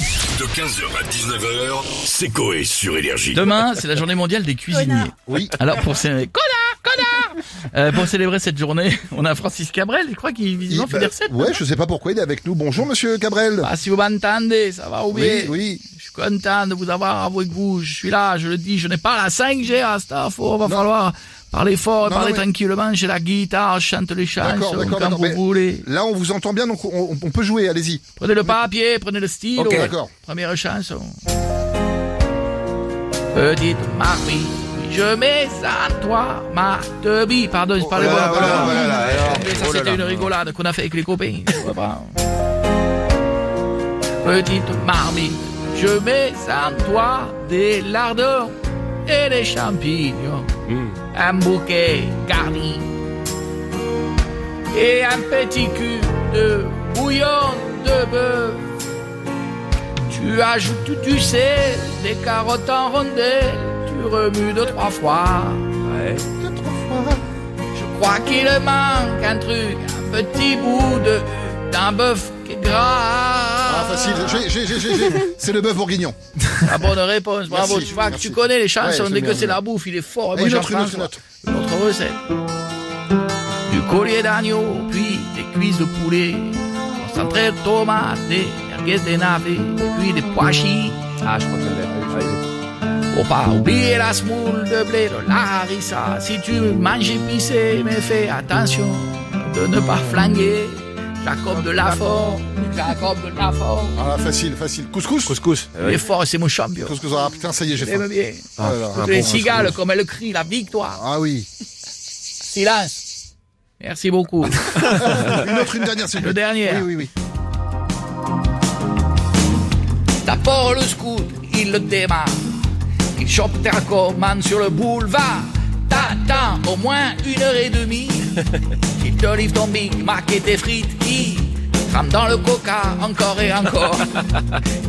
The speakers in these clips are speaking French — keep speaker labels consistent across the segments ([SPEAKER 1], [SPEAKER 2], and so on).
[SPEAKER 1] De 15h à 19h, c'est Coé sur Énergie.
[SPEAKER 2] Demain, c'est la journée mondiale des cuisiniers.
[SPEAKER 3] Oui.
[SPEAKER 2] Alors pour célébrer, connard, connard Euh, Pour célébrer cette journée, on a Francis Cabrel, je crois qu'il visiblement
[SPEAKER 3] Il-
[SPEAKER 2] fait des
[SPEAKER 3] bah,
[SPEAKER 2] recettes.
[SPEAKER 3] Ouais, je sais pas pourquoi il est avec nous. Bonjour, monsieur Cabrel.
[SPEAKER 2] Ah, si vous m'entendez, ça va ou bien
[SPEAKER 3] oui, oui.
[SPEAKER 2] Je suis content de vous avoir avec vous, je suis là, je le dis, je n'ai pas la 5G à staff, oh, va
[SPEAKER 3] Non.
[SPEAKER 2] falloir parler fort,
[SPEAKER 3] Non,
[SPEAKER 2] parler
[SPEAKER 3] non, mais-
[SPEAKER 2] tranquillement, j'ai la guitare, je chante les chansons
[SPEAKER 3] D'accord, d'accord,
[SPEAKER 2] comme
[SPEAKER 3] d'accord,
[SPEAKER 2] vous
[SPEAKER 3] mais-
[SPEAKER 2] voulez.
[SPEAKER 3] Là, on vous entend bien, donc on, on peut jouer. Allez-y.
[SPEAKER 2] Prenez le papier, prenez le stylo.
[SPEAKER 3] Ok. D'accord.
[SPEAKER 2] Première chanson. Petite Marie, je mets à toi ma tebi. Pardon, je parlais
[SPEAKER 3] Oh là
[SPEAKER 2] pas.
[SPEAKER 3] là, oh là là, oh là là, alors.
[SPEAKER 2] Mais ça,
[SPEAKER 3] Oh là
[SPEAKER 2] c'était
[SPEAKER 3] là. bah,
[SPEAKER 2] une rigolade qu'on a fait avec les copains. je vois pas. Petite marmite, je mets à toi des lardons et des champignons.
[SPEAKER 3] Hmm.
[SPEAKER 2] Un bouquet garni et un petit cul de bouillon de bœuf. Tu ajoutes, tu sais, des carottes en rondelles, tu remues deux, trois fois. Je crois qu'il manque un truc, un petit bout de d'un bœuf qui est gras.
[SPEAKER 3] Ah, facile. J'ai, j'ai, j'ai, j'ai, j'ai. C'est le bœuf bourguignon.
[SPEAKER 2] La bonne réponse, bravo.
[SPEAKER 3] Merci,
[SPEAKER 2] tu vois
[SPEAKER 3] merci.
[SPEAKER 2] que tu connais les
[SPEAKER 3] Ouais,
[SPEAKER 2] chansons,
[SPEAKER 3] j'aime
[SPEAKER 2] dès
[SPEAKER 3] bien,
[SPEAKER 2] que c'est
[SPEAKER 3] j'aime
[SPEAKER 2] la bouffe, il est fort. Et
[SPEAKER 3] Et
[SPEAKER 2] Ah, moi,
[SPEAKER 3] une autre, une
[SPEAKER 2] j'apprends,
[SPEAKER 3] autre, une
[SPEAKER 2] quoi.
[SPEAKER 3] autre.
[SPEAKER 2] Notre recette. Du collier d'agneau, puis des cuisses de poulet, concentré de tomates, des merguez des navets, puis des pois chiches.
[SPEAKER 4] Ah, je crois que je l'ai.
[SPEAKER 2] Faut pas oublier la semoule de blé de la harissa. Si tu manges épicé, mais fais attention de ne pas flinguer. Jacob de Lafort, Jacob de Lafort.
[SPEAKER 3] Ah, facile, facile. Couscous.
[SPEAKER 4] Couscous.
[SPEAKER 2] Il est fort, c'est mon champion.
[SPEAKER 3] Couscous. Ah, putain, ça y est, j'ai faim.
[SPEAKER 2] J'aime bien.
[SPEAKER 3] Ah, là, un
[SPEAKER 2] Les
[SPEAKER 3] bon
[SPEAKER 2] cigales,
[SPEAKER 3] couscous.
[SPEAKER 2] comme elles crient, la victoire.
[SPEAKER 3] Ah oui.
[SPEAKER 2] Silence. Merci beaucoup.
[SPEAKER 3] Une autre, une dernière, s'il vous
[SPEAKER 2] Le
[SPEAKER 3] plaît.
[SPEAKER 2] dernier.
[SPEAKER 3] Oui, oui, oui.
[SPEAKER 2] D'abord le scout, il le démarre. Il chope ta commande sur le boulevard. T'attends au moins une heure et demie. Il te livre ton Big Mac et tes frites qui crament dans le coca encore et encore.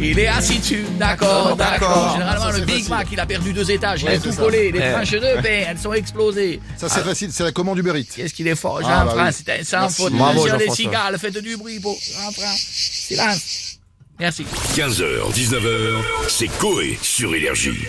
[SPEAKER 2] Il est assis dessus, d'accord, d'accord. Généralement,
[SPEAKER 3] Ça,
[SPEAKER 2] le
[SPEAKER 3] c'est
[SPEAKER 2] Big
[SPEAKER 3] facile.
[SPEAKER 2] Mac, il a perdu deux étages, il a
[SPEAKER 3] Ouais,
[SPEAKER 2] tout
[SPEAKER 3] c'est ça.
[SPEAKER 2] collé. Les
[SPEAKER 4] Ouais.
[SPEAKER 2] tranches de pain, elles sont explosées.
[SPEAKER 3] Ça, c'est facile. C'est la commande du Eats.
[SPEAKER 2] Qu'est-ce qu'il est fort,
[SPEAKER 3] Ah, bah
[SPEAKER 2] Jean-François,
[SPEAKER 3] oui.
[SPEAKER 2] c'était sans
[SPEAKER 3] Merci.
[SPEAKER 2] faute.
[SPEAKER 4] Bravo,
[SPEAKER 2] Monsieur les
[SPEAKER 4] Jean-François.
[SPEAKER 2] cigales, faites du bruit pour Jean-François. Silence. Merci.
[SPEAKER 1] 15h, 19h, c'est Coé sur Énergie.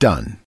[SPEAKER 5] done.